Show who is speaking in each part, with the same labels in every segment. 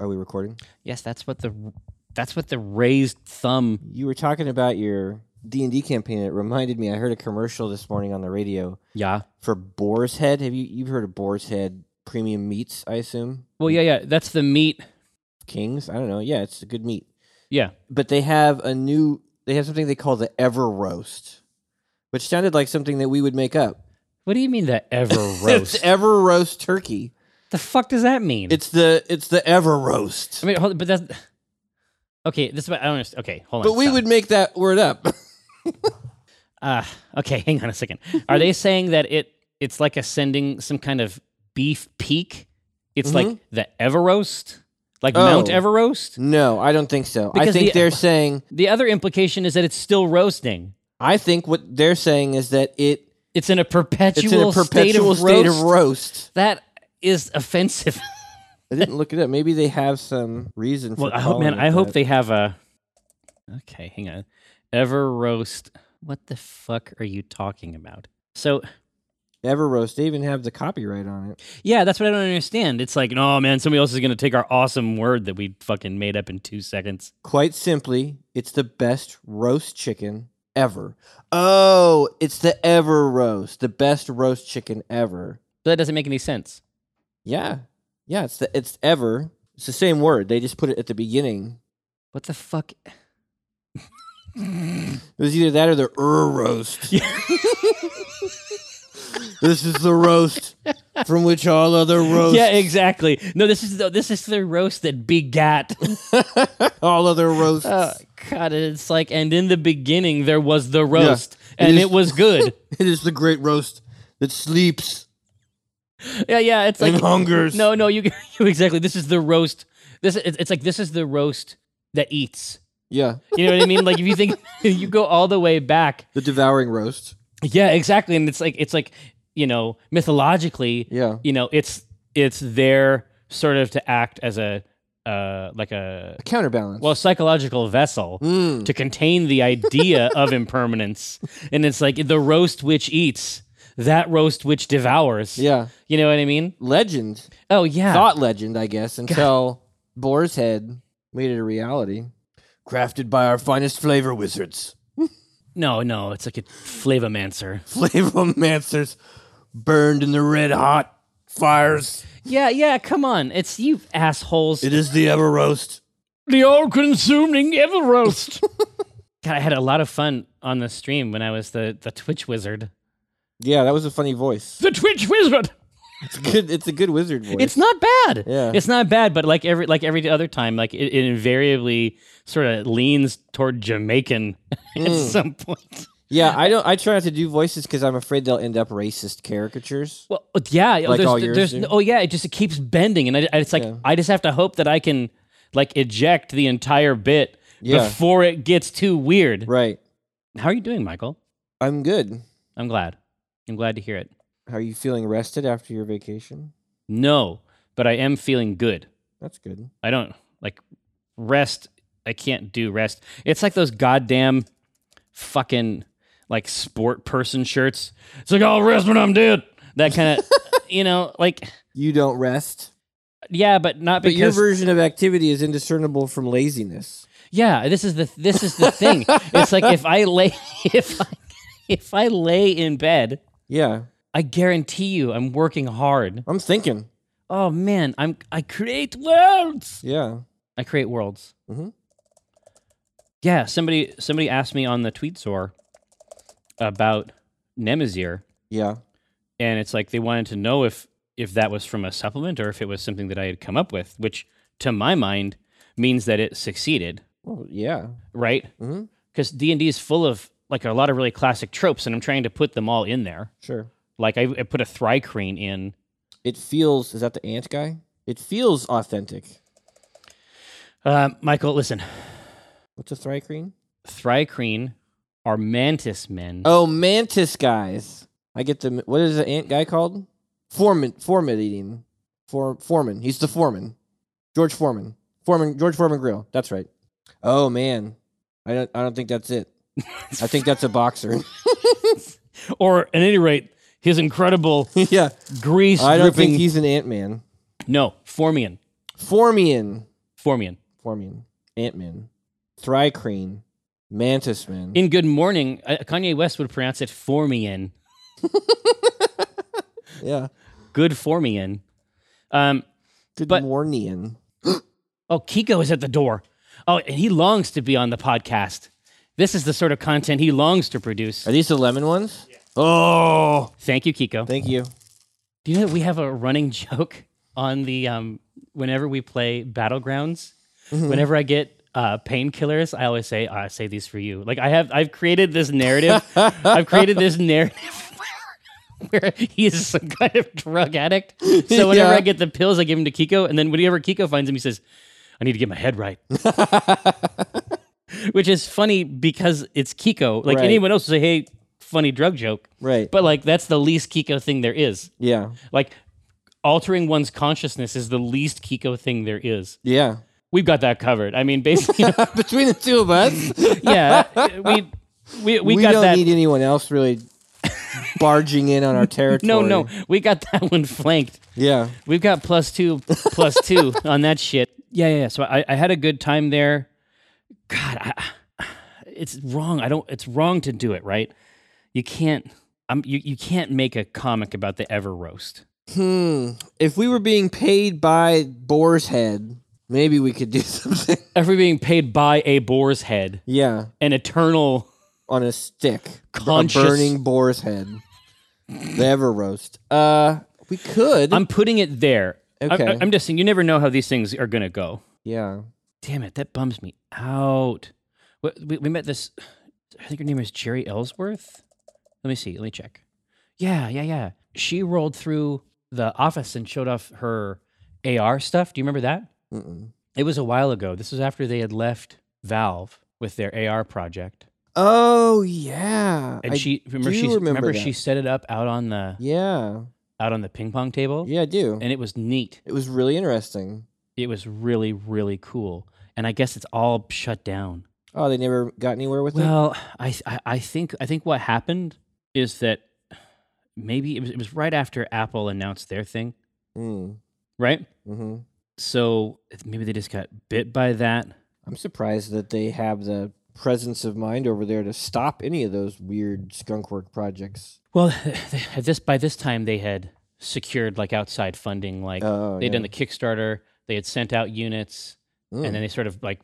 Speaker 1: Are we recording?
Speaker 2: Yes, that's what the that's what the raised thumb.
Speaker 1: You were talking about your D and D campaign. It reminded me. I heard a commercial this morning on the radio
Speaker 2: Yeah.
Speaker 1: for Boar's Head. Have you you've heard of Boar's Head Premium Meats? I assume
Speaker 2: Well, yeah, yeah. That's the meat.
Speaker 1: Kings. I don't know. Yeah, it's a good meat.
Speaker 2: Yeah.
Speaker 1: But they have a new. They have something they call the Ever Roast, which sounded like something that we would make up.
Speaker 2: What do you mean the ever roast?
Speaker 1: it's Ever Roast turkey.
Speaker 2: the fuck does that mean?
Speaker 1: It's the it's the Ever Roast.
Speaker 2: I mean, hold, but that's okay. This is what I don't understand. Okay, hold on.
Speaker 1: but we
Speaker 2: stop.
Speaker 1: would make that word up.
Speaker 2: Uh, okay, hang on a second. Are they saying that it it's like ascending some kind of beef peak? It's like the Everoast, like Mount
Speaker 1: Mm-hmm. Oh.
Speaker 2: Everoast.
Speaker 1: no, I don't think so. I
Speaker 2: Because
Speaker 1: think
Speaker 2: the-
Speaker 1: they're saying.
Speaker 2: The other implication is that it's still roasting.
Speaker 1: I think what they're saying is that it
Speaker 2: It's in a perpetual,
Speaker 1: it's in a perpetual
Speaker 2: state, of, roast.
Speaker 1: roast.
Speaker 2: That is offensive.
Speaker 1: I didn't look it up. Maybe they have some reason for.
Speaker 2: well, I hope,
Speaker 1: calling
Speaker 2: man,
Speaker 1: it
Speaker 2: I hope
Speaker 1: that.
Speaker 2: they have a. Okay, hang on. Ever roast. What the fuck are you talking about? So
Speaker 1: ever roast. They even have the copyright on it.
Speaker 2: Yeah, that's what I don't understand. It's like, no, man, somebody else is going to take our awesome word that we fucking made up in two seconds.
Speaker 1: Quite simply, it's the best roast chicken ever. Oh, it's the ever roast, the best roast chicken ever.
Speaker 2: But that doesn't make any sense.
Speaker 1: Yeah, yeah. It's the it's ever. It's the same word. They just put it at the beginning.
Speaker 2: What the fuck?
Speaker 1: It was either that or the er roast. this is the roast from which all other roasts
Speaker 2: Yeah, exactly. No, this is the, this is the roast that begat.
Speaker 1: all other roasts.
Speaker 2: oh, God, it's like, and in the beginning there was the roast,
Speaker 1: it
Speaker 2: and
Speaker 1: is-
Speaker 2: it was good.
Speaker 1: It is the great roast that sleeps
Speaker 2: yeah, yeah, it's like
Speaker 1: and hungers.
Speaker 2: no, no, you, you exactly. This is the roast. This it's it's like this is the roast that eats.
Speaker 1: Yeah.
Speaker 2: You know what I mean? Like if you think you go all the way back
Speaker 1: The devouring roast.
Speaker 2: Yeah, exactly. And it's like it's like, you know, mythologically,
Speaker 1: Yeah.
Speaker 2: you know, it's it's there sort of to act as a uh like a
Speaker 1: A counterbalance.
Speaker 2: well, psychological vessel
Speaker 1: Mm.
Speaker 2: to contain the idea of impermanence. And it's like the roast which eats, that roast which devours.
Speaker 1: yeah.
Speaker 2: You know what I mean?
Speaker 1: Legend.
Speaker 2: Oh yeah.
Speaker 1: Thought legend, I guess, until Boar's Head made it a reality. Crafted by our finest flavor wizards.
Speaker 2: no, no, it's like a flavomancer.
Speaker 1: Flavomancers burned in the red hot fires.
Speaker 2: Yeah, yeah, come on. It's you assholes.
Speaker 1: It is the ever roast.
Speaker 2: the all-consuming ever roast. God, I had a lot of fun on the stream when I was the the Twitch wizard.
Speaker 1: Yeah, that was a funny voice.
Speaker 2: The Twitch wizard.
Speaker 1: It's good it's a good wizard voice.
Speaker 2: It's not bad.
Speaker 1: Yeah.
Speaker 2: It's not bad, but like every like every other time, like it, it invariably sort of leans toward Jamaican
Speaker 1: Hmm.
Speaker 2: at some point.
Speaker 1: yeah, I don't I try not to do voices because I'm afraid they'll end up racist caricatures.
Speaker 2: Well, yeah. oh,
Speaker 1: Like
Speaker 2: there's,
Speaker 1: all yours
Speaker 2: there's-
Speaker 1: do?
Speaker 2: oh yeah, it just it keeps bending, and I, I- it's like
Speaker 1: Yeah.
Speaker 2: I just have to hope that I can like eject the entire bit
Speaker 1: Yeah.
Speaker 2: before it gets too weird.
Speaker 1: Right.
Speaker 2: How are you doing, Michael?
Speaker 1: I'm good.
Speaker 2: I'm glad. I'm glad to hear it.
Speaker 1: How are you feeling rested after your vacation?
Speaker 2: No, but I am feeling good.
Speaker 1: That's good.
Speaker 2: I don't like rest. I can't do rest. It's like those goddamn fucking like sport person shirts. It's like I'll rest when I'm dead. That kind of you know like
Speaker 1: You don't rest.
Speaker 2: yeah, but not
Speaker 1: But your
Speaker 2: because
Speaker 1: version of activity is indiscernible from laziness.
Speaker 2: yeah. This is the this is the thing. it's like if I lay if I, if I lay in bed,
Speaker 1: Yeah.
Speaker 2: I guarantee you I'm working hard.
Speaker 1: I'm thinking.
Speaker 2: Oh man, I'm I create worlds.
Speaker 1: Yeah.
Speaker 2: I create worlds.
Speaker 1: Mhm.
Speaker 2: Yeah, somebody somebody asked me on the tweet store about Nemazir,
Speaker 1: Yeah.
Speaker 2: and it's like they wanted to know if if that was from a supplement or if it was something that I had come up with, which to my mind means that it succeeded,
Speaker 1: Well, yeah.
Speaker 2: right?
Speaker 1: Mhm.
Speaker 2: Because D and D is full of like a lot of really classic tropes, and I'm trying to put them all in there.
Speaker 1: Sure.
Speaker 2: Like I, I put a thrycrane in.
Speaker 1: It feels is that the ant guy? It feels authentic.
Speaker 2: Uh, Michael, listen,
Speaker 1: What's a thrycreen?
Speaker 2: thrycrane are mantis men.
Speaker 1: Oh, mantis guys. I get the what is the ant guy called? Foreman foreman eating. For, foreman. He's the foreman. George Foreman. Foreman George Foreman Grill. That's right. Oh man. I don't I don't think that's it. I think that's a boxer.
Speaker 2: or at any rate, his incredible
Speaker 1: yeah.
Speaker 2: grease
Speaker 1: I don't
Speaker 2: dripping.
Speaker 1: think he's an Ant Man.
Speaker 2: no, Formian.
Speaker 1: Formian.
Speaker 2: Formian.
Speaker 1: Formian. Ant-Man. Thrycreen. Mantis Man.
Speaker 2: In Good Morning, uh, Kanye West would pronounce it Formian.
Speaker 1: yeah.
Speaker 2: Good Formian. Um,
Speaker 1: Good
Speaker 2: But-
Speaker 1: morning.
Speaker 2: oh, Kiko is at the door. Oh, and he longs to be on the podcast. This is the sort of content he longs to produce.
Speaker 1: Are these the lemon ones? Oh.
Speaker 2: Thank you, Kiko.
Speaker 1: Thank you.
Speaker 2: Do you know that we have a running joke on the um, whenever we play battlegrounds?
Speaker 1: Mm-hmm.
Speaker 2: Whenever I get uh, painkillers, I always say, "Oh, "I say these for you." Like I have, I've created this narrative. I've created this narrative where, where he is some kind of drug addict. So whenever
Speaker 1: Yeah.
Speaker 2: I get the pills, I give them to Kiko, and then whenever Kiko finds him, he says, "I need to get my head right," which is funny because it's Kiko. Like
Speaker 1: Right.
Speaker 2: anyone else would say, "Hey, funny drug joke,"
Speaker 1: Right.
Speaker 2: but like that's the least Kiko thing there is.
Speaker 1: yeah.
Speaker 2: Like altering one's consciousness is the least Kiko thing there is.
Speaker 1: Yeah.
Speaker 2: We've got that covered. I mean, basically,
Speaker 1: Between the two of us, we,
Speaker 2: yeah, we we, we, got
Speaker 1: don't
Speaker 2: that.
Speaker 1: need anyone else really barging in on our territory.
Speaker 2: no, no, we got that one flanked.
Speaker 1: Yeah.
Speaker 2: We've got plus two, plus two on that shit. Yeah, yeah. yeah. So I, I had a good time there. God, I, it's wrong. I don't. It's wrong to do it. Right? You can't. I'm, you, you can't make a comic about the ever roast.
Speaker 1: Hmm. If we were being paid by Boar's Head, maybe we could do something.
Speaker 2: Ever being paid by a boar's head,
Speaker 1: yeah.
Speaker 2: an eternal
Speaker 1: On a stick.
Speaker 2: Conscious-
Speaker 1: A burning boar's head. The ever roast. Uh, we could.
Speaker 2: I'm putting it there. I-
Speaker 1: Okay.
Speaker 2: I, am just saying, you never know how these things are going to go.
Speaker 1: yeah.
Speaker 2: Damn it, that bums me out. We, we, we met this, I think her name is Jerry Ellsworth. Let me see. Let me check. Yeah, yeah, yeah. She rolled through the office and showed off her AR stuff. Do you remember that?
Speaker 1: Mm-mm.
Speaker 2: It was a while ago. This was after they had left Valve with their AR project.
Speaker 1: Oh yeah.
Speaker 2: And
Speaker 1: I-
Speaker 2: she remember
Speaker 1: do
Speaker 2: she
Speaker 1: remember that.
Speaker 2: she set it up out on the
Speaker 1: Yeah.
Speaker 2: out on the ping pong table
Speaker 1: Yeah, I do.
Speaker 2: and it was neat.
Speaker 1: It was really interesting.
Speaker 2: it was really really cool and i guess it's all shut down
Speaker 1: Oh, they never got anywhere with it.
Speaker 2: well i i, I think i think what happened is that maybe it was, it was right after apple announced their thing
Speaker 1: Mm.
Speaker 2: right
Speaker 1: hmm
Speaker 2: so maybe they just got bit by that
Speaker 1: I'm surprised that they have the presence of mind over there to stop any of those weird skunk work projects.
Speaker 2: well at this by this time they had secured like outside funding like
Speaker 1: Oh,
Speaker 2: they'd
Speaker 1: yeah.
Speaker 2: done the kickstarter they had sent out units
Speaker 1: Mm.
Speaker 2: and then they sort of like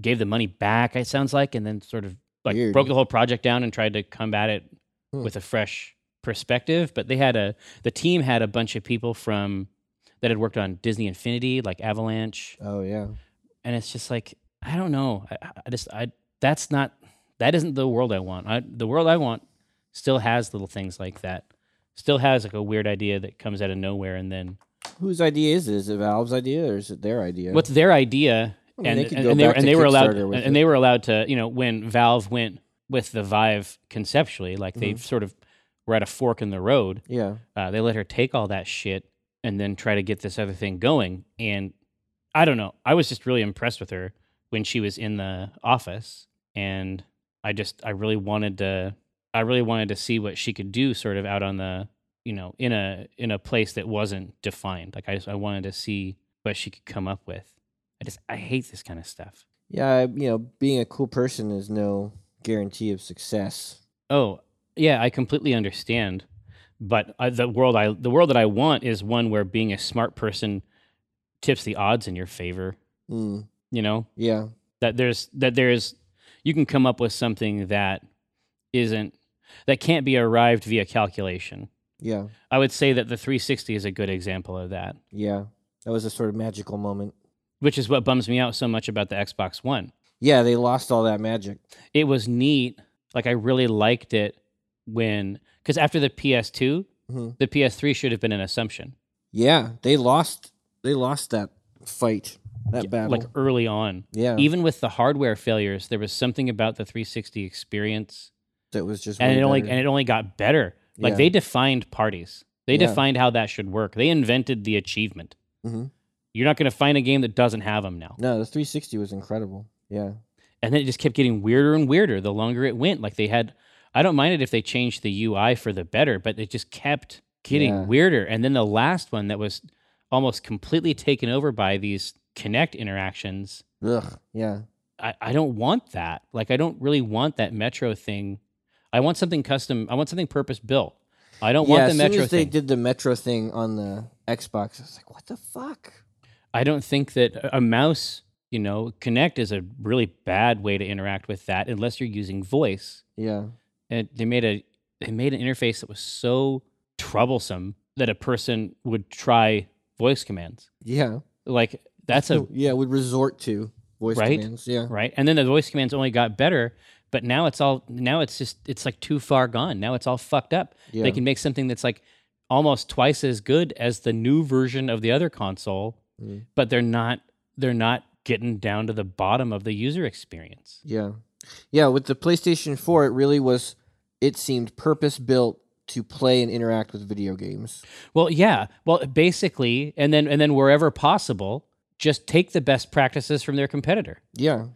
Speaker 2: gave the money back it sounds like and then sort of like
Speaker 1: Weird.
Speaker 2: broke the whole project down and tried to combat it
Speaker 1: Hmm.
Speaker 2: with a fresh perspective but they had a the team had a bunch of people from that had worked on disney infinity like avalanche
Speaker 1: oh yeah.
Speaker 2: and it's just like i don't know i, I- I just i that's not that isn't the world i want I, the world i want still has little things like that still has like a weird idea that comes out of nowhere and then
Speaker 1: Whose idea is it? Is it Valve's idea or is it their idea?
Speaker 2: what's their idea
Speaker 1: I mean,
Speaker 2: and
Speaker 1: they could
Speaker 2: and,
Speaker 1: go
Speaker 2: and they,
Speaker 1: back
Speaker 2: and
Speaker 1: to
Speaker 2: they were allowed
Speaker 1: Kickstarter
Speaker 2: and,
Speaker 1: with
Speaker 2: and
Speaker 1: it.
Speaker 2: they were allowed to you know when valve went with the vive conceptually like
Speaker 1: Mm-hmm.
Speaker 2: they sort of were at a fork in the road
Speaker 1: yeah.
Speaker 2: uh, they let her take all that shit and then try to get this other thing going and i don't know i was just really impressed with her when she was in the office and i just i really wanted to i really wanted to see what she could do sort of out on the you know in a in a place that wasn't defined like i just i wanted to see what she could come up with i just i hate this kind of stuff
Speaker 1: Yeah, I- you know, being a cool person is no guarantee of success.
Speaker 2: Oh, yeah, I completely understand. But I, the world I the world that I want is one where being a smart person tips the odds in your favor.
Speaker 1: Mm.
Speaker 2: You know
Speaker 1: Yeah.
Speaker 2: that there's that there's you can come up with something that isn't that can't be arrived via calculation.
Speaker 1: Yeah.
Speaker 2: I would say that the 360 is a good example of that,
Speaker 1: Yeah. That was a sort of magical moment.
Speaker 2: which is what bums me out so much about the Xbox One.
Speaker 1: Yeah, they lost all that magic.
Speaker 2: It was neat. Like I really liked it when because after the PS2,
Speaker 1: Mhm.
Speaker 2: the PS3 should have been an assumption.
Speaker 1: Yeah, they lost. They lost that fight, that battle.
Speaker 2: like early on.
Speaker 1: yeah,
Speaker 2: Even with the hardware failures, there was something about the 360 experience,
Speaker 1: that was just.
Speaker 2: and
Speaker 1: way
Speaker 2: it only
Speaker 1: better.
Speaker 2: and it only got better. Like
Speaker 1: Yeah.
Speaker 2: they defined parties, they
Speaker 1: Yeah.
Speaker 2: defined how that should work. They invented the achievement.
Speaker 1: Mhm.
Speaker 2: You're not going to find a game that doesn't have them now.
Speaker 1: no, the 360 was incredible. Yeah,
Speaker 2: And then it just kept getting weirder and weirder the longer it went. Like they had, I don't mind it if they changed the UI for the better, but it just kept getting
Speaker 1: Yeah.
Speaker 2: weirder. And then the last one that was almost completely taken over by these connect interactions.
Speaker 1: Ugh. Yeah.
Speaker 2: I, I don't want that. Like I don't really want that metro thing. I want something custom. I want something purpose built. I don't
Speaker 1: yeah,
Speaker 2: want
Speaker 1: as
Speaker 2: the
Speaker 1: soon
Speaker 2: metro
Speaker 1: as they
Speaker 2: thing.
Speaker 1: did the Metro thing on the Xbox, I was like, what the fuck?
Speaker 2: I don't think that a- a mouse, you know, connect is a really bad way to interact with that unless you're using voice.
Speaker 1: Yeah.
Speaker 2: and they made a they made an interface that was so troublesome that a person would try voice commands
Speaker 1: Yeah.
Speaker 2: like that's a
Speaker 1: yeah, would resort to voice
Speaker 2: Right?
Speaker 1: commands. Yeah.
Speaker 2: right and then the voice commands only got better but now it's all now it's just it's like too far gone now it's all fucked up
Speaker 1: Yeah.
Speaker 2: they can make something that's like almost twice as good as the new version of the other console
Speaker 1: Mm.
Speaker 2: but they're not they're not getting down to the bottom of the user experience
Speaker 1: Yeah. Yeah, with the PlayStation 4, it really was it seemed purpose built to play and interact with video games.
Speaker 2: Well, yeah. Well, basically, and then and then wherever possible, just take the best practices from their competitor.
Speaker 1: Yeah.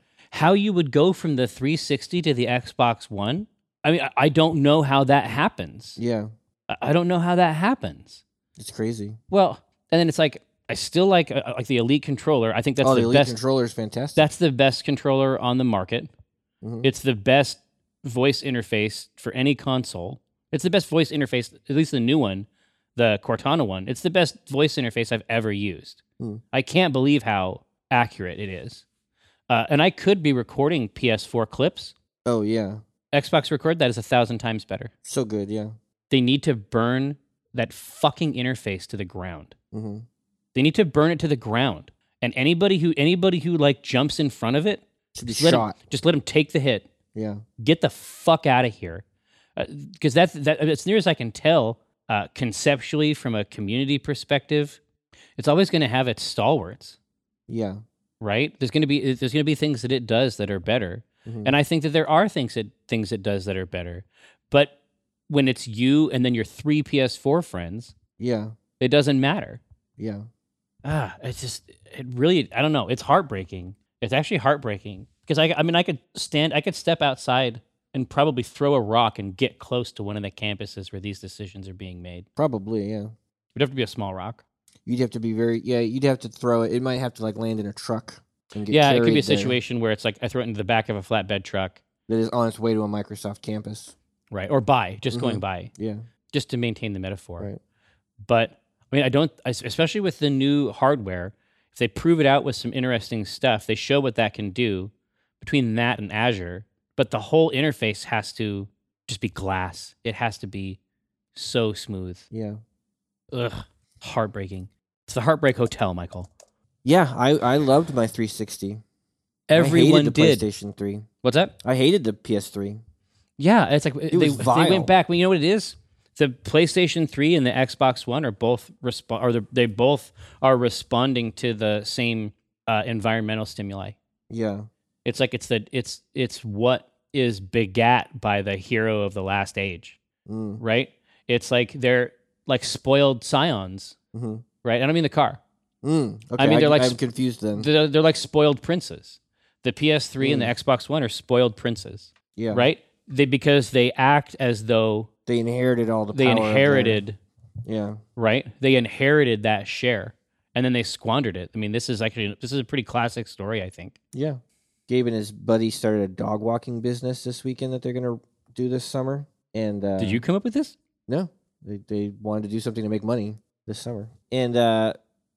Speaker 2: How you would go from the 360 to the Xbox One? I mean, I- I don't know how that happens.
Speaker 1: Yeah.
Speaker 2: I- I don't know how that happens.
Speaker 1: It's crazy.
Speaker 2: Well, and then it's like I still like uh, like the Elite controller. I think that's
Speaker 1: oh, the,
Speaker 2: the,
Speaker 1: Elite
Speaker 2: best.
Speaker 1: controller is fantastic.
Speaker 2: that's the best controller on the market.
Speaker 1: Mhm.
Speaker 2: It's the best voice interface for any console. It's the best voice interface, at least the new one, the Cortana one. It's the best voice interface I've ever used.
Speaker 1: Hmm.
Speaker 2: I can't believe how accurate it is. Uh, and I could be recording PS4 clips.
Speaker 1: oh, yeah.
Speaker 2: Xbox Record that is a thousand times better.
Speaker 1: So good. Yeah.
Speaker 2: They need to burn that fucking interface to the ground.
Speaker 1: hmm
Speaker 2: They need to burn it to the ground. And anybody who anybody who like jumps in front of it,
Speaker 1: Should be
Speaker 2: just let 'em-
Speaker 1: shot.
Speaker 2: just let them take the hit
Speaker 1: Yeah.
Speaker 2: get the fuck out of here because that's that as near as i can tell uh, conceptually from a community perspective it's always going to have its stalwarts
Speaker 1: Yeah.
Speaker 2: right there's going to be there's going to be things that it does that are better
Speaker 1: Mhm.
Speaker 2: and i think that there are things that things it does that are better but when it's you and then your three ps4 friends
Speaker 1: Yeah.
Speaker 2: it doesn't matter
Speaker 1: Yeah.
Speaker 2: ah, it's just it really I don't know. It's heartbreaking. It's actually heartbreaking because I I mean I could stand I could step outside and probably throw a rock and get close to one of the campuses where these decisions are being made.
Speaker 1: Probably. Yeah.
Speaker 2: It'd have to be a small rock.
Speaker 1: You'd have to be very. Yeah. You'd have to throw it. It might have to like land in a truck and get
Speaker 2: yeah, it could be a
Speaker 1: carried there
Speaker 2: situation where it's like I throw it into the back of a flatbed truck,
Speaker 1: that is on its way to a Microsoft campus.
Speaker 2: right? Or by just going
Speaker 1: Mhm.
Speaker 2: by
Speaker 1: Yeah.
Speaker 2: just to maintain the metaphor.
Speaker 1: Right.
Speaker 2: But I mean I don't I s- especially with the new hardware. If they prove it out with some interesting stuff, they show what that can do between that and Azure. But the whole interface has to just be glass. It has to be so smooth.
Speaker 1: Yeah.
Speaker 2: Ugh, heartbreaking. It's the Heartbreak Hotel, Michael.
Speaker 1: Yeah, I, I loved my 360. I
Speaker 2: Everyone
Speaker 1: hated the
Speaker 2: did.
Speaker 1: PlayStation 3.
Speaker 2: What's that?
Speaker 1: I hated the PS3.
Speaker 2: Yeah, it's like they,
Speaker 1: was
Speaker 2: they
Speaker 1: vile.
Speaker 2: went back. Well, you know what it is? The PlayStation 3 and the Xbox One are both resp- or the- they both are responding to the same uh, environmental stimuli.
Speaker 1: Yeah,
Speaker 2: It's like it's the it's it's what is begat by the hero of the last age,
Speaker 1: mm,
Speaker 2: right? It's like they're like spoiled scions,
Speaker 1: Mhm.
Speaker 2: right? I don't mean the car.
Speaker 1: mm. Okay,
Speaker 2: mean, they're like
Speaker 1: I'm
Speaker 2: sp-
Speaker 1: confused then.
Speaker 2: They're, they're like spoiled princes. The PS3 and the Xbox One are spoiled princes,
Speaker 1: Hmm. yeah,
Speaker 2: right? They because they act as though
Speaker 1: They inherited all the.
Speaker 2: they
Speaker 1: power of their-
Speaker 2: inherited
Speaker 1: yeah,
Speaker 2: right? They inherited that share and then they squandered it. I mean, this is actually this is a pretty classic story, I think.
Speaker 1: yeah. Gabe and his buddy started a dog walking business this weekend that they're gonna do this summer. And uh,
Speaker 2: Did you come up with this?
Speaker 1: No, they they wanted to do something to make money this summer. And uh,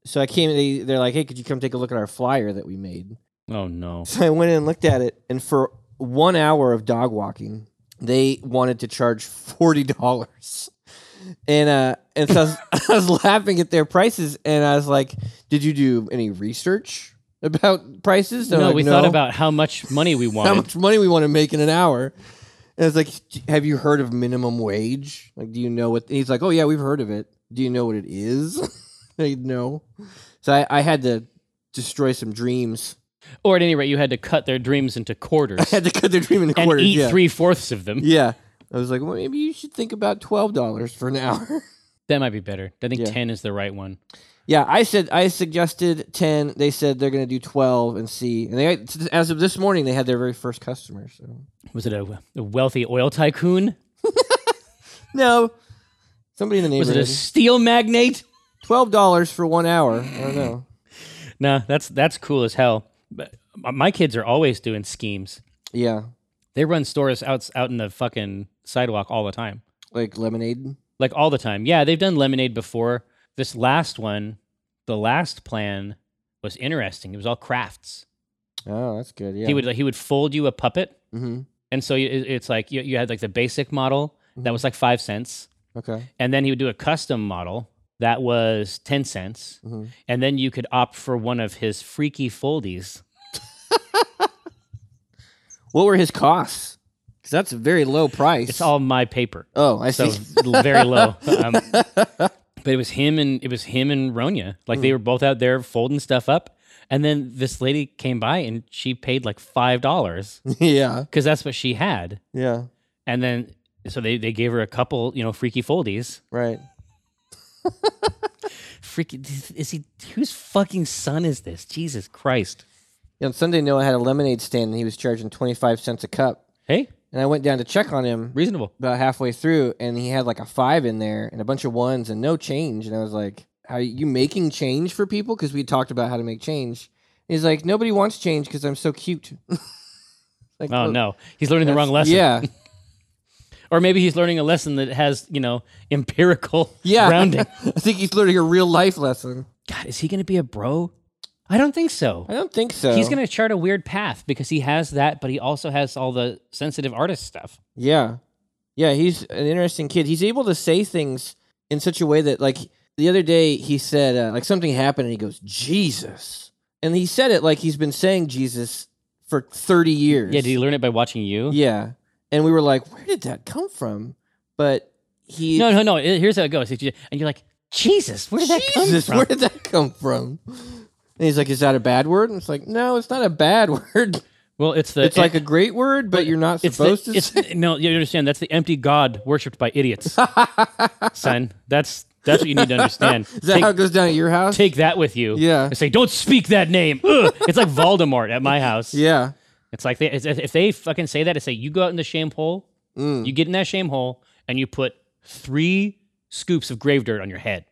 Speaker 1: so I came. They they're like, hey, could you come take a look at our flyer that we made?
Speaker 2: Oh no.
Speaker 1: So I went in and looked at it, and for one hour of dog walking, they wanted to charge forty dollars. And uh, and so I was, I was laughing at their prices, and I was like, "Did you do any research about prices?" They're
Speaker 2: no,
Speaker 1: like,
Speaker 2: we thought about how much money we
Speaker 1: how
Speaker 2: wanted.
Speaker 1: much money we want to make in an hour. And it's like, "D- "Have you heard of minimum wage? Like, do you know what?" And he's like, "Oh yeah, we've heard of it. Do you know what it is?" They know. So I, I had to destroy some dreams.
Speaker 2: or at any rate, you had to cut their dreams into quarters
Speaker 1: I had to cut their dream in
Speaker 2: and
Speaker 1: quarters.
Speaker 2: eat
Speaker 1: yeah.
Speaker 2: three fourths of them.
Speaker 1: Yeah. I was like, well, maybe you should think about twelve dollars for an hour.
Speaker 2: That might be better. I think
Speaker 1: Yeah.
Speaker 2: ten is the right one.
Speaker 1: yeah, I said I suggested ten. They said they're gonna do twelve and see. And they as of this morning, they had their very first customer. So
Speaker 2: Was it a, a wealthy oil tycoon?
Speaker 1: no, somebody in the
Speaker 2: Was it
Speaker 1: neighborhood.
Speaker 2: a steel magnate?
Speaker 1: Twelve dollars for one hour. I don't know.
Speaker 2: No, that's that's cool as hell. But my- my kids are always doing schemes.
Speaker 1: Yeah,
Speaker 2: They run stores out out in the fucking sidewalk all the time.
Speaker 1: like lemonade.
Speaker 2: Like all the time. Yeah, they've done lemonade before. This last one, the last plan was interesting. It was all crafts.
Speaker 1: Oh, that's good. Yeah.
Speaker 2: He would he would fold you a puppet,
Speaker 1: hmm
Speaker 2: and so you- it- it's like you, you had like the basic model that was like five cents,
Speaker 1: Okay.
Speaker 2: and then he would do a custom model that was ten cents,
Speaker 1: hmm
Speaker 2: and then you could opt for one of his freaky foldies.
Speaker 1: What were his costs? Because that's a very low price.
Speaker 2: It's all my paper.
Speaker 1: Oh, I
Speaker 2: so
Speaker 1: see.
Speaker 2: very low. Um, but it was him and it was him and Ronya. Like
Speaker 1: Hmm.
Speaker 2: they were both out there folding stuff up, and then this lady came by and she paid like five dollars
Speaker 1: yeah.
Speaker 2: because that's what she had.
Speaker 1: Yeah.
Speaker 2: And then so they they gave her a couple, you know, freaky foldies.
Speaker 1: Right.
Speaker 2: Freaky is he? Whose fucking son is this? Jesus Christ!
Speaker 1: Yeah, on Sunday, Noah had a lemonade stand and he was charging twenty five cents a cup.
Speaker 2: Hey,
Speaker 1: And I went down to check on him
Speaker 2: reasonable.
Speaker 1: about halfway through, and he had like a five in there and a bunch of ones and no change. And I was like, "Are you making change for people?" Because we talked about how to make change. And he's like, "Nobody wants change because I'm so cute." like,
Speaker 2: Oh no, he's learning the wrong lesson.
Speaker 1: Yeah,
Speaker 2: Or maybe he's learning a lesson that has you know empirical
Speaker 1: yeah.
Speaker 2: grounding.
Speaker 1: I think he's learning a real life lesson.
Speaker 2: God, is he going to be a bro? I don't think so.
Speaker 1: I don't think so.
Speaker 2: He's going to chart a weird path because he has that, but he also has all the sensitive artist stuff.
Speaker 1: Yeah. Yeah, he's an interesting kid. He's able to say things in such a way that, like, the other day he said, uh, like, something happened and he goes, Jesus. And he said it like he's been saying Jesus for 30 years.
Speaker 2: Yeah, did he learn it by watching you?
Speaker 1: Yeah. And we were like, where did that come from? But he.
Speaker 2: No, no, no. it- Here's how it goes. If you- And you're like, Jesus, where did that
Speaker 1: Jesus,
Speaker 2: come
Speaker 1: where
Speaker 2: from?
Speaker 1: did that come from? And he's like, is that a bad word? And it's like, no, it's not a bad word.
Speaker 2: Well, it's the.
Speaker 1: It's like a great word, but you're not
Speaker 2: Uh, it's the,
Speaker 1: supposed to
Speaker 2: it's,
Speaker 1: say
Speaker 2: No, you understand. That's the empty God worshipped by idiots, son. That's that's what you need to understand.
Speaker 1: Is that
Speaker 2: take,
Speaker 1: how it goes down at your house?
Speaker 2: take that with you.
Speaker 1: Yeah.
Speaker 2: And say, don't speak that name. Ugh." It's like Voldemort at my house.
Speaker 1: yeah.
Speaker 2: It's like they, it's- if if they fucking say that, it's like you go out in the shame hole,
Speaker 1: Mm.
Speaker 2: you get in that shame hole, and you put three scoops of grave dirt on your head.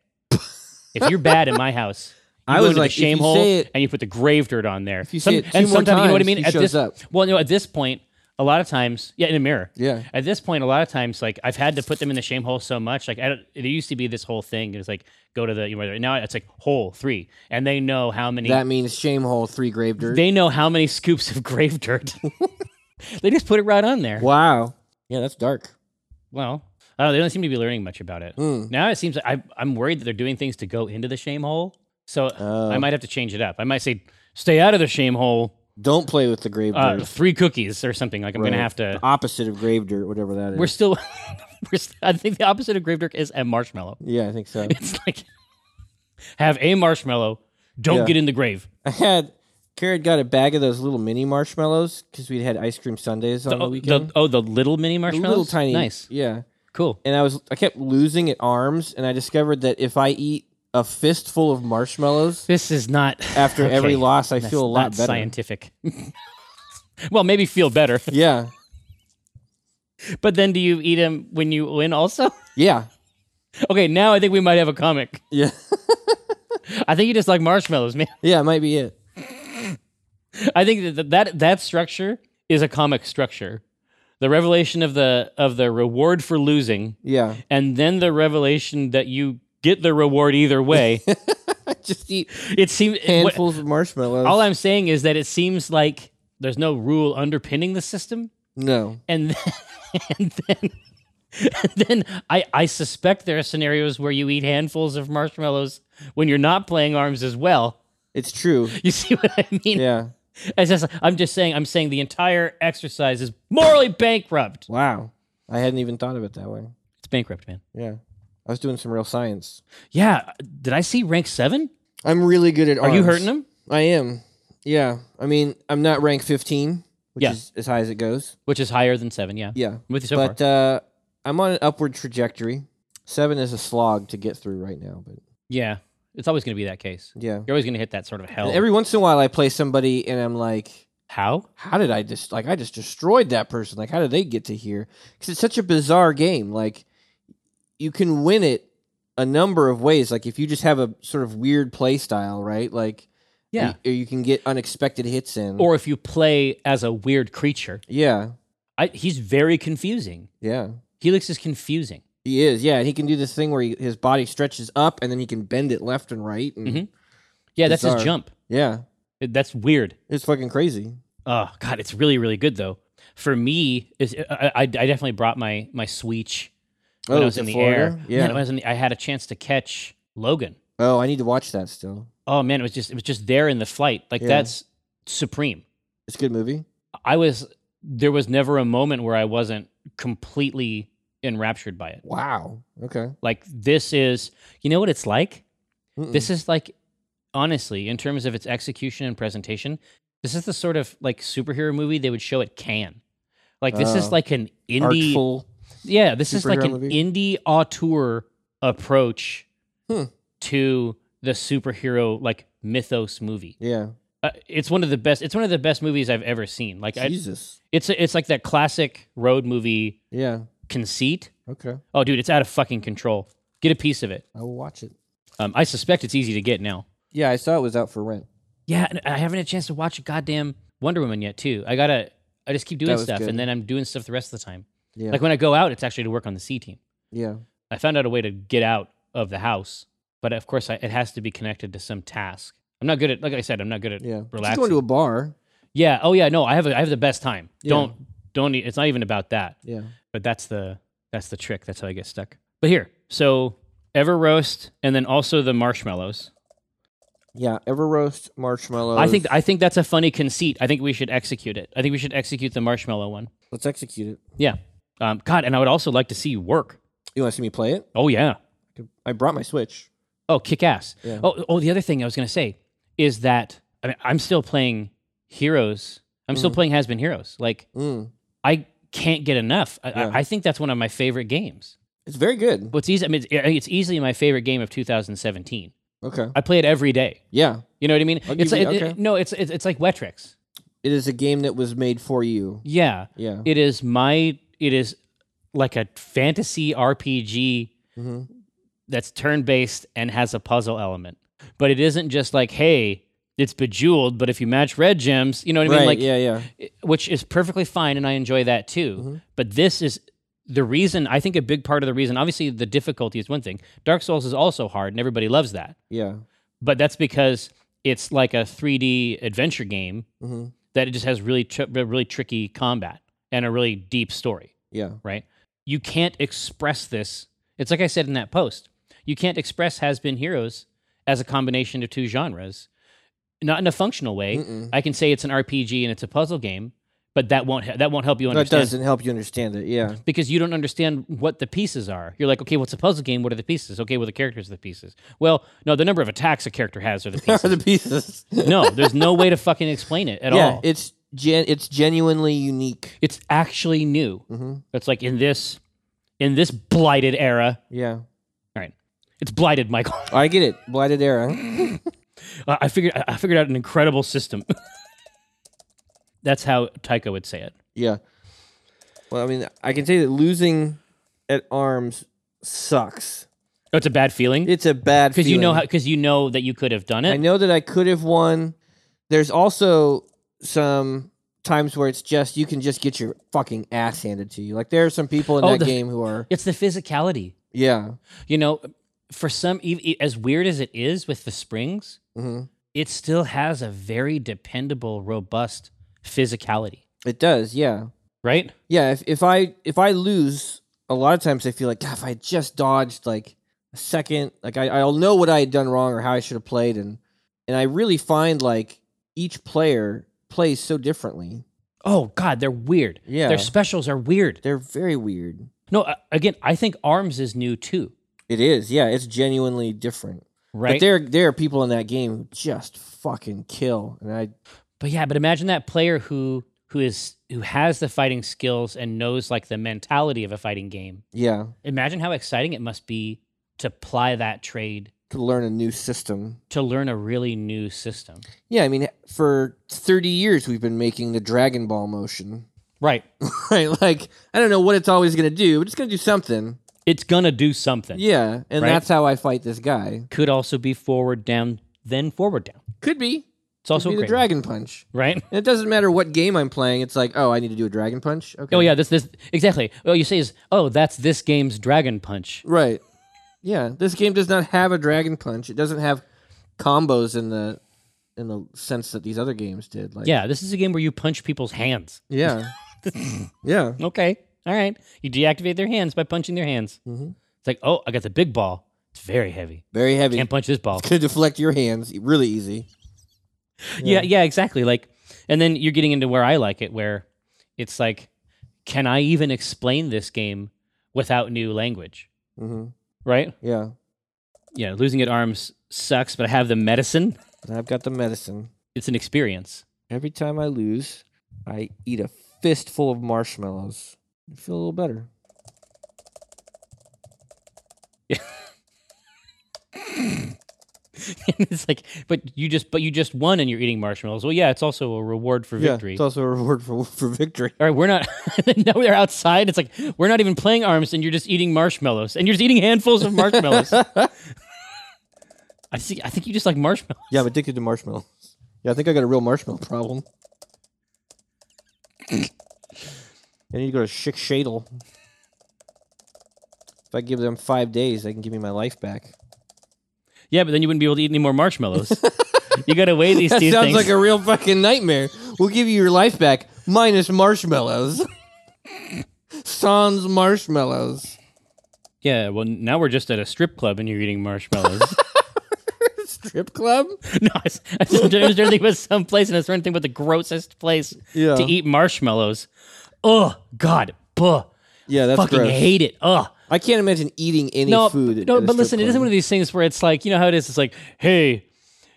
Speaker 2: if you're bad in my house, you
Speaker 1: I
Speaker 2: go
Speaker 1: was
Speaker 2: into
Speaker 1: like,
Speaker 2: the
Speaker 1: if
Speaker 2: shame
Speaker 1: you
Speaker 2: hole
Speaker 1: say it-
Speaker 2: and you put the grave dirt on there. If
Speaker 1: you say it two
Speaker 2: and
Speaker 1: more
Speaker 2: sometimes you know what I
Speaker 1: times,
Speaker 2: mean.
Speaker 1: he
Speaker 2: At this,
Speaker 1: shows up.
Speaker 2: well, no, at this point, a lot of times, yeah, in a mirror.
Speaker 1: Yeah.
Speaker 2: At this point, a lot of times, like I've had to put them in the shame hole so much. Like I don't, it used to be this whole thing. It was like go to the you know, now it's like hole three, and they know how many
Speaker 1: That means shame hole three grave dirt.
Speaker 2: they know how many scoops of grave dirt. they just put it right on there.
Speaker 1: wow. Yeah, that's dark.
Speaker 2: Well, I don't know, they don't seem to be learning much about it.
Speaker 1: Mm.
Speaker 2: Now it seems like I, I'm worried that they're doing things to go into the shame hole. So I
Speaker 1: Oh.
Speaker 2: might have to change it up. I might say, stay out of the shame hole,
Speaker 1: Don't play with the grave
Speaker 2: uh,
Speaker 1: dirt.
Speaker 2: three cookies or something. Like I'm going to
Speaker 1: Right.
Speaker 2: have
Speaker 1: the
Speaker 2: to.
Speaker 1: opposite of grave dirt, whatever that is.
Speaker 2: We're still. we're st- I think the opposite of grave dirt is a marshmallow.
Speaker 1: yeah, I think so.
Speaker 2: It's like, have a marshmallow, don't
Speaker 1: Yeah.
Speaker 2: get in the grave.
Speaker 1: I had Carrot got a bag of those little mini marshmallows because we'd had ice cream sundaes on the,
Speaker 2: Oh,
Speaker 1: weekend.
Speaker 2: the, oh, the little mini
Speaker 1: The
Speaker 2: marshmallows?
Speaker 1: little tiny,
Speaker 2: Nice.
Speaker 1: yeah.
Speaker 2: Cool.
Speaker 1: And I was I kept losing at arms, and I discovered that if I eat a fistful of marshmallows
Speaker 2: This is not.
Speaker 1: after every
Speaker 2: okay.
Speaker 1: loss, I
Speaker 2: That's
Speaker 1: feel a lot
Speaker 2: not
Speaker 1: better.
Speaker 2: Scientific. well, maybe feel better,
Speaker 1: Yeah,
Speaker 2: but then do you eat them when you win? Also,
Speaker 1: yeah,
Speaker 2: okay. Now I think we might have a comic.
Speaker 1: yeah,
Speaker 2: I think you just like marshmallows, man.
Speaker 1: yeah. It might be it.
Speaker 2: I think that that that structure is a comic structure. The revelation of the of the reward for losing,
Speaker 1: Yeah,
Speaker 2: and then the revelation that you get the reward either way.
Speaker 1: I just eat
Speaker 2: it seems. what-
Speaker 1: handfuls of marshmallows.
Speaker 2: All I'm saying is that it seems like there's no rule underpinning the system.
Speaker 1: no,
Speaker 2: and then, and then, and then I, I suspect there are scenarios where you eat handfuls of marshmallows when you're not playing arms as well.
Speaker 1: it's true.
Speaker 2: You see what I mean?
Speaker 1: Yeah.
Speaker 2: It's just- I'm just saying. I'm saying the entire exercise is morally bankrupt.
Speaker 1: Wow. I hadn't even thought of it that way.
Speaker 2: It's bankrupt, man.
Speaker 1: Yeah. I was doing some real science.
Speaker 2: Yeah. Did I see rank seven?
Speaker 1: I'm really good at
Speaker 2: Are you hurting him?
Speaker 1: I am. Yeah. I mean, I'm not rank 15, which
Speaker 2: Yeah.
Speaker 1: is as high as it goes.
Speaker 2: Which is higher than seven? Yeah.
Speaker 1: Yeah.
Speaker 2: I'm with you so
Speaker 1: but
Speaker 2: far.
Speaker 1: uh, I'm on an upward trajectory. Seven is a slog to get through right now. But
Speaker 2: Yeah. It's always going to be that case.
Speaker 1: yeah.
Speaker 2: You're always going to hit that sort of hell.
Speaker 1: And every once in a while, I play somebody and I'm like,
Speaker 2: How?
Speaker 1: how did I just like I just destroyed that person? Like how did they get to here? Because it's such a bizarre game. Like you can win it a number of ways. Like if you just have a sort of weird play style, right? Like
Speaker 2: Yeah.
Speaker 1: you, you can get unexpected hits in.
Speaker 2: Or if you play as a weird creature,
Speaker 1: yeah,
Speaker 2: I, he's very confusing.
Speaker 1: yeah,
Speaker 2: Helix is confusing.
Speaker 1: he is. Yeah, and he can do this thing where he, his body stretches up and then he can bend it left and right. And
Speaker 2: Mhm. Yeah, that's his
Speaker 1: Bizarre.
Speaker 2: jump.
Speaker 1: Yeah,
Speaker 2: It- That's weird.
Speaker 1: it's fucking crazy.
Speaker 2: Oh God, it's really really good though. For me, is uh, I, I I definitely brought my my Switch when I was
Speaker 1: Oh, is
Speaker 2: in
Speaker 1: it
Speaker 2: the
Speaker 1: Florida?
Speaker 2: air.
Speaker 1: Yeah.
Speaker 2: Man, when I was in the, I had a chance to catch Logan.
Speaker 1: Oh, I need to watch that still.
Speaker 2: Oh man, it was just it was just there in the flight. Like
Speaker 1: Yeah.
Speaker 2: that's supreme.
Speaker 1: It's a good movie.
Speaker 2: I was there was never a moment where I wasn't completely enraptured by it.
Speaker 1: Wow. Okay.
Speaker 2: Like this is you know what it's like?
Speaker 1: Mm-mm.
Speaker 2: This is like honestly, in terms of its execution and presentation, this is the sort of like superhero movie they would show at Cannes. Like this
Speaker 1: Oh.
Speaker 2: is like an indie
Speaker 1: artful.
Speaker 2: Yeah, this is like
Speaker 1: superhero
Speaker 2: an
Speaker 1: movie?
Speaker 2: indie auteur approach
Speaker 1: Hmm.
Speaker 2: to the superhero like mythos movie.
Speaker 1: Yeah.
Speaker 2: Uh, it's one of the best. It's one of the best movies I've ever seen. Like I,
Speaker 1: Jesus.
Speaker 2: it's it's like that classic road movie
Speaker 1: Yeah.
Speaker 2: conceit.
Speaker 1: Okay.
Speaker 2: Oh, dude, it's out of fucking control. Get a piece of it.
Speaker 1: I will watch it.
Speaker 2: Um, I suspect it's easy to get now.
Speaker 1: Yeah, I saw it was out for rent.
Speaker 2: Yeah, and I haven't had a chance to watch goddamn Wonder Woman yet, too. I gotta. I just keep doing
Speaker 1: was
Speaker 2: stuff,
Speaker 1: good.
Speaker 2: and then I'm doing stuff the rest of the time.
Speaker 1: Yeah.
Speaker 2: Like when I go out, it's actually to work on the C team.
Speaker 1: yeah.
Speaker 2: I found out a way to get out of the house, but of course, I, it has to be connected to some task. I'm not good at, like I said, I'm not good at.
Speaker 1: Yeah. Just
Speaker 2: Relaxing.
Speaker 1: going to a bar.
Speaker 2: Yeah. Oh yeah. No, I have a, I have the best time.
Speaker 1: Yeah.
Speaker 2: Don't don't. e- It's not even about that.
Speaker 1: Yeah.
Speaker 2: But that's the that's the trick. That's how I get stuck. But here, so ever roast, and then also the marshmallows.
Speaker 1: Yeah. Ever roast marshmallows.
Speaker 2: I think I think that's a funny conceit. I think we should execute it. I think we should execute the marshmallow one.
Speaker 1: let's execute it.
Speaker 2: Yeah. Um, God, and I would also like to see you work.
Speaker 1: You want to see me play it?
Speaker 2: Oh yeah.
Speaker 1: I brought my Switch.
Speaker 2: Oh, kick ass.
Speaker 1: Yeah.
Speaker 2: Oh, oh, the other thing I was gonna say is that I mean, I'm still playing Heroes. I'm still
Speaker 1: Mhm.
Speaker 2: playing Has Been Heroes. Like
Speaker 1: Mm.
Speaker 2: I can't get enough. I, I-
Speaker 1: Yeah.
Speaker 2: I think that's one of my favorite games.
Speaker 1: It's very good.
Speaker 2: What's easy? I mean, it's, it's easily my favorite game of 2017.
Speaker 1: Okay.
Speaker 2: I play it every day.
Speaker 1: Yeah.
Speaker 2: You know what I mean?
Speaker 1: I'll
Speaker 2: it's
Speaker 1: give
Speaker 2: like,
Speaker 1: Oh, you-
Speaker 2: it-
Speaker 1: okay.
Speaker 2: it- no, it's, it's it's like Wetrix.
Speaker 1: It is a game that was made for you.
Speaker 2: Yeah,
Speaker 1: Yeah.
Speaker 2: it is my. It is like a fantasy RPG
Speaker 1: hmm
Speaker 2: that's turn based and has a puzzle element. But it isn't just like, hey, it's bejeweled, but if you match red gems, you know what I
Speaker 1: right.
Speaker 2: mean? Like,
Speaker 1: yeah. Yeah.
Speaker 2: i- which is perfectly fine, and I enjoy that too.
Speaker 1: Mhm.
Speaker 2: But this is the reason. I think a big part of the reason, obviously, the difficulty is one thing. Dark Souls is also hard, and everybody loves that.
Speaker 1: Yeah.
Speaker 2: But that's because it's like a 3D adventure game
Speaker 1: hmm
Speaker 2: that it just has really, tr- really tricky combat and a really deep story
Speaker 1: Yeah.
Speaker 2: right? You can't express this. It's like I said in that post. You can't express has been heroes as a combination of two genres, not in a functional way.
Speaker 1: Mm-mm.
Speaker 2: I can say it's an RPG and it's a puzzle game, but that won't that won't help you
Speaker 1: That
Speaker 2: understand
Speaker 1: doesn't help you understand it. Yeah.
Speaker 2: because you don't understand what the pieces are. You're like, okay, what's a puzzle game? What are the pieces? Okay, well the characters are the pieces. Well, no, the number of attacks a character has are the
Speaker 1: Are the
Speaker 2: pieces.
Speaker 1: pieces.
Speaker 2: no, there's no way to fucking explain it at
Speaker 1: yeah.
Speaker 2: all.
Speaker 1: It's gen. It's genuinely unique.
Speaker 2: it's actually new.
Speaker 1: hmm
Speaker 2: It's like in this in this blighted era.
Speaker 1: Yeah.
Speaker 2: It's blighted, Michael.
Speaker 1: I get it. Blighted era.
Speaker 2: I I figured I I figured out an incredible system. That's how Tycho would say it.
Speaker 1: Yeah. Well, I mean, I can say that losing at arms sucks.
Speaker 2: Oh, it's a bad feeling
Speaker 1: It's a bad
Speaker 2: because you know
Speaker 1: feeling.
Speaker 2: how because you know that you could have done
Speaker 1: I
Speaker 2: it.
Speaker 1: know that I could have won. There's also some times where it's just you can just get your fucking ass handed to you. Like there are some people in
Speaker 2: Oh,
Speaker 1: that
Speaker 2: the-
Speaker 1: game who are
Speaker 2: It's the physicality,
Speaker 1: yeah.
Speaker 2: you know. For some, e- e- as weird as it is with the springs,
Speaker 1: hmm
Speaker 2: it still has a very dependable, robust physicality,
Speaker 1: It does, yeah.
Speaker 2: right?
Speaker 1: Yeah, if, if I if I lose, a lot of times I feel like God, if I just dodged like a second, like I, I'll know what I had done wrong or how I should have played, and and I really find like each player plays so differently.
Speaker 2: Oh God, they're weird.
Speaker 1: Yeah,
Speaker 2: Their specials are weird.
Speaker 1: they're very weird.
Speaker 2: No, uh, again, I think Arms is new too,
Speaker 1: It is, yeah, it's genuinely different. But
Speaker 2: right?
Speaker 1: there there are people in that game who just fucking kill, and I
Speaker 2: But yeah, but imagine that player who who is who has the fighting skills and knows like the mentality of a fighting game.
Speaker 1: yeah
Speaker 2: Imagine how exciting it must be to ply that trade
Speaker 1: to learn a new system.
Speaker 2: to learn a really new system.
Speaker 1: Yeah, I mean for thirty years we've been making the Dragon Ball motion.
Speaker 2: Right.
Speaker 1: right? Like, I don't know what it's always going to do, but it's going to do something.
Speaker 2: It's gonna do something.
Speaker 1: Yeah, and
Speaker 2: Right?
Speaker 1: that's how I fight this guy.
Speaker 2: Could also be forward down, then forward down.
Speaker 1: Could be.
Speaker 2: It's also
Speaker 1: Could be
Speaker 2: a
Speaker 1: the dragon punch.
Speaker 2: right?
Speaker 1: And it doesn't matter what game I'm playing. It's like, oh, I need to do a dragon punch. Okay.
Speaker 2: Oh yeah, this this exactly. All you say is, oh, that's this game's dragon punch.
Speaker 1: Right. Yeah. This game does not have a dragon punch. It doesn't have combos in the in the sense that these other games did. Like
Speaker 2: Yeah, this is a game where you punch people's hands.
Speaker 1: Yeah. yeah.
Speaker 2: Okay, all right. You deactivate their hands by punching their hands.
Speaker 1: Mhm.
Speaker 2: It's like, oh, I got the big ball. It's very heavy.
Speaker 1: Very heavy.
Speaker 2: Can't punch this ball.
Speaker 1: Could deflect your hands e- really easy.
Speaker 2: yeah. yeah, exactly. Like, and then you're getting into where I like it, where it's like, can I even explain this game without new language?
Speaker 1: hmm
Speaker 2: Right?
Speaker 1: Yeah.
Speaker 2: Yeah, losing at arms sucks, but I have the medicine.
Speaker 1: And I've got the medicine.
Speaker 2: It's an experience.
Speaker 1: Every time I lose, I eat a fistful of marshmallows. I feel a little better.
Speaker 2: it's like, but you just, but you just won, and you're eating marshmallows. Well, yeah, it's also a reward for
Speaker 1: Yeah,
Speaker 2: victory.
Speaker 1: it's also a reward for for victory.
Speaker 2: All right, we're not. now we're outside. It's like we're not even playing arms, and you're just eating marshmallows, and you're just eating handfuls of marshmallows. I see. I think you just like marshmallows.
Speaker 1: Yeah, I'm addicted to marshmallows. Yeah, I think I got a real marshmallow problem. I need to go to Schick Shadle. If I give them five days, they can give me my life back.
Speaker 2: Yeah, but then you wouldn't be able to eat any more marshmallows. you got to weigh these
Speaker 1: That
Speaker 2: two
Speaker 1: sounds
Speaker 2: things.
Speaker 1: like a real fucking nightmare. We'll give you your life back minus marshmallows. Sans marshmallows.
Speaker 2: yeah. Well, now we're just at a strip club, and you're eating marshmallows.
Speaker 1: Strip club?
Speaker 2: no, I was, I was trying to think about some place, and I was trying to think about the grossest place
Speaker 1: Yeah.
Speaker 2: to eat marshmallows. Oh God, buh,
Speaker 1: Yeah, that's
Speaker 2: fucking
Speaker 1: gross.
Speaker 2: hate it. Ugh.
Speaker 1: I can't imagine eating any
Speaker 2: no,
Speaker 1: food.
Speaker 2: No,
Speaker 1: at a
Speaker 2: but
Speaker 1: strip
Speaker 2: listen, it
Speaker 1: club.
Speaker 2: isn't one of these things where it's like, you know how it is? It's like, hey,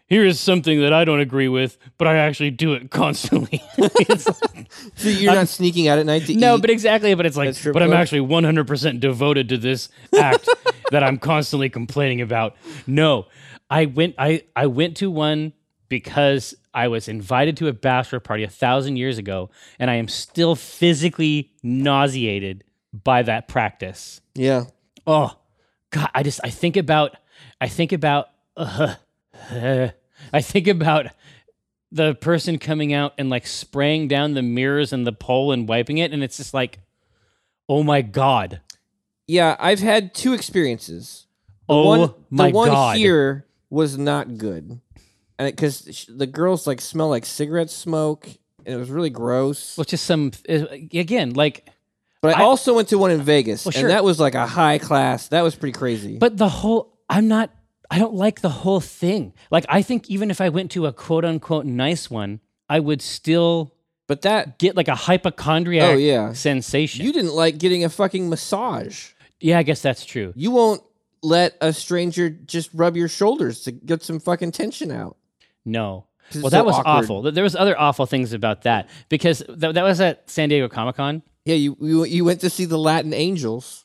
Speaker 2: here is something that I don't agree with, but I actually do it constantly. It's like-
Speaker 1: So you're not sneaking out at night to eat.
Speaker 2: no, but exactly. But it's like,
Speaker 1: strip
Speaker 2: but I'm
Speaker 1: club?
Speaker 2: actually 100% devoted to this act that I'm constantly complaining about. No, I went, I, I went to one because I was invited to a bachelor party a thousand years ago, and I am still physically nauseated by that practice
Speaker 1: yeah.
Speaker 2: oh god i just i think about i think about uh, uh, i think about the person coming out and like spraying down the mirrors and the pole and wiping it and it's just like oh my god
Speaker 1: Yeah, I've had two experiences. The
Speaker 2: oh
Speaker 1: one-
Speaker 2: my
Speaker 1: the one
Speaker 2: god
Speaker 1: here was not good, and because the girls like smell like cigarette smoke, and it was really gross.
Speaker 2: well just some uh, again like
Speaker 1: But I,
Speaker 2: I-
Speaker 1: also went to one in Vegas,
Speaker 2: Well, sure.
Speaker 1: and that was like a high class. That was pretty crazy.
Speaker 2: but the whole i'm not i don't like the whole thing like i think even if i went to a quote unquote nice one i would still
Speaker 1: but that
Speaker 2: get like a hypochondriac
Speaker 1: Oh, yeah.
Speaker 2: sensation
Speaker 1: you didn't like getting a fucking massage.
Speaker 2: yeah i guess that's true
Speaker 1: You won't let a stranger just rub your shoulders to get some fucking tension out.
Speaker 2: No.
Speaker 1: 'Cause it's
Speaker 2: Well, that
Speaker 1: so
Speaker 2: was
Speaker 1: awkward.
Speaker 2: awful. Th- There was other awful things about that because th- that was at San Diego Comic Con.
Speaker 1: Yeah, you, you you went to see the Latin Angels.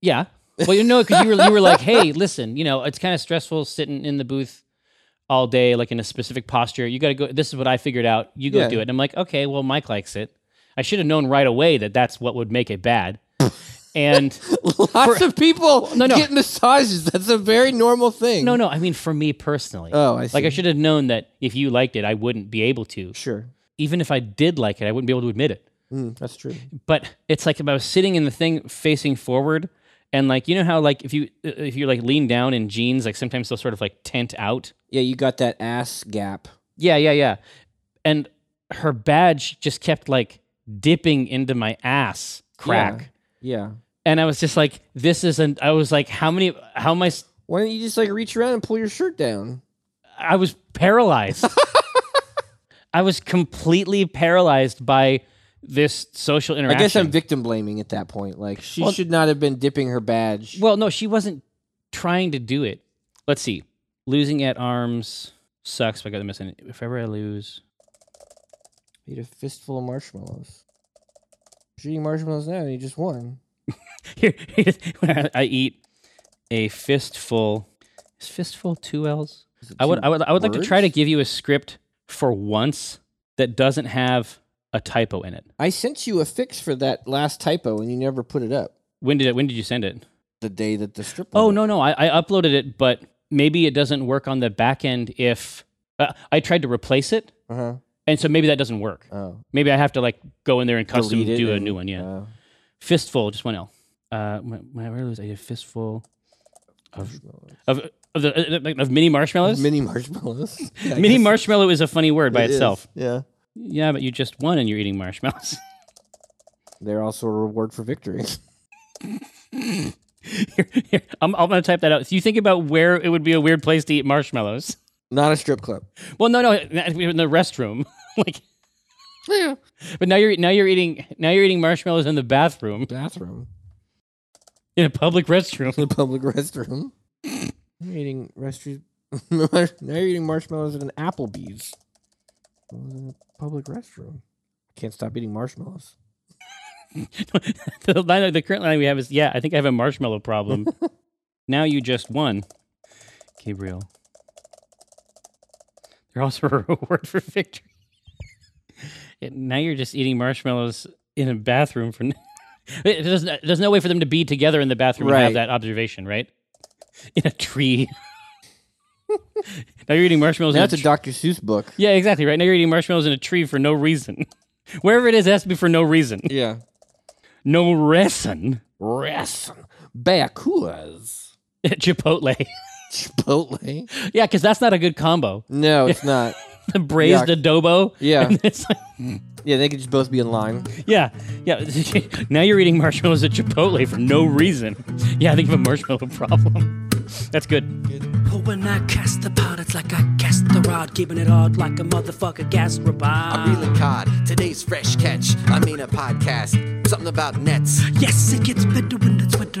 Speaker 2: Yeah. Well, you know, because you were you were like, hey, listen, you know, it's kind of stressful sitting in the booth all day, like in a specific posture. You got to go. This is what I figured out. You go
Speaker 1: Yeah.
Speaker 2: do it. And I'm like, okay, well, Mike likes it. I should have known right away that that's what would make it bad. and
Speaker 1: Lots of people
Speaker 2: Oh, no, no.
Speaker 1: get massages. That's a very normal thing.
Speaker 2: no, no, I mean for me personally,
Speaker 1: Oh, I see.
Speaker 2: like I should have known that if you liked it, I wouldn't be able to.
Speaker 1: Sure.
Speaker 2: Even if I did like it, I wouldn't be able to admit it.
Speaker 1: Mm, that's true.
Speaker 2: but it's like if I was sitting in the thing facing forward, and like you know how like if you uh, if you like lean down in jeans, like sometimes they'll sort of like tent out.
Speaker 1: Yeah, you got that ass gap.
Speaker 2: Yeah, yeah, yeah. And her badge just kept like dipping into my ass crack,
Speaker 1: Yeah. Yeah.
Speaker 2: and I was just like, "This isn't." I was like, "How many? How am I?" s-
Speaker 1: Why don't you just like reach around and pull your shirt down?
Speaker 2: I was paralyzed. I was completely paralyzed by this social
Speaker 1: I
Speaker 2: interaction.
Speaker 1: guess I'm victim blaming at that point. Like she
Speaker 2: Well-
Speaker 1: should not have been dipping her badge.
Speaker 2: Well, no, she wasn't trying to do it. Let's see. Losing at arms sucks. But I got the missing. If ever I lose,
Speaker 1: Eat a fistful of marshmallows. She's eating marshmallows now, and you just won.
Speaker 2: here when I eat a fistful. Is fistful two L's?
Speaker 1: Is it
Speaker 2: I would,
Speaker 1: two
Speaker 2: I would, I would like to try to
Speaker 1: words?
Speaker 2: give you a script for once that doesn't have a typo in it.
Speaker 1: I sent you a fix for that last typo, and you never put it up.
Speaker 2: When did it? When did you send it?
Speaker 1: the day that the strip.
Speaker 2: Oh
Speaker 1: went
Speaker 2: no, no, I, I uploaded it, but maybe it doesn't work on the back end if uh, I tried to replace it,
Speaker 1: up. Uh-huh.
Speaker 2: and so maybe that doesn't work.
Speaker 1: Oh,
Speaker 2: Maybe I have to like go in there and custom
Speaker 1: Delete it
Speaker 2: do a
Speaker 1: and-
Speaker 2: new one. Yeah,
Speaker 1: oh.
Speaker 2: fistful, just one L. Uh, when when I realized I did fistful of of of, the, uh, of mini marshmallows.
Speaker 1: Mini marshmallows. Yeah, I
Speaker 2: mini
Speaker 1: guess
Speaker 2: marshmallow is a funny word by
Speaker 1: it is.
Speaker 2: itself.
Speaker 1: Yeah,
Speaker 2: Yeah, but you just won and you're eating marshmallows.
Speaker 1: they're also a reward for victory.
Speaker 2: Here- here, I'm, I'm gonna type that out. If you think about where it would be a weird place to eat marshmallows,
Speaker 1: Not a strip club.
Speaker 2: well, no, no, that- we're in the restroom, like. But now you're now you're eating now you're eating marshmallows in the bathroom
Speaker 1: Bathroom.
Speaker 2: in a public restroom.
Speaker 1: The public restroom. You're eating restroom. now you're eating marshmallows at an Applebee's. It was in a public restroom. Can't stop eating marshmallows.
Speaker 2: the, line, the current line we have is yeah, I think I have a marshmallow problem. now you just won, Gabriel. They're also a reward for victory. Yeah, now you're just eating marshmallows in a bathroom for. n- It- there's, no- there's no way for them to be together in the bathroom and have
Speaker 1: Right.
Speaker 2: that observation, right? In a tree. now you're eating marshmallows. in
Speaker 1: That's
Speaker 2: a
Speaker 1: a Dr. Seuss book.
Speaker 2: Yeah, exactly. Right now you're eating marshmallows in a tree for no reason. Wherever it is, it has to be for no reason.
Speaker 1: Yeah.
Speaker 2: No reason.
Speaker 1: Ras. Bakuas.
Speaker 2: Chipotle.
Speaker 1: Chipotle.
Speaker 2: yeah, because that's not a good combo.
Speaker 1: No, it's not.
Speaker 2: The braised
Speaker 1: Yuck.
Speaker 2: adobo.
Speaker 1: Yeah.
Speaker 2: and it's like-
Speaker 1: Yeah, they could just both be in line.
Speaker 2: yeah. Yeah. now you're eating marshmallows at Chipotle for no reason. Yeah, I think you have a marshmallow problem. That's good.
Speaker 3: But when I cast the pot, it's like I cast the rod, keeping it hard like a motherfucker gas robot.
Speaker 4: I'm reeling cod. Today's fresh catch. I mean a podcast. Something about nets.
Speaker 3: Yes, it gets better when it's winter.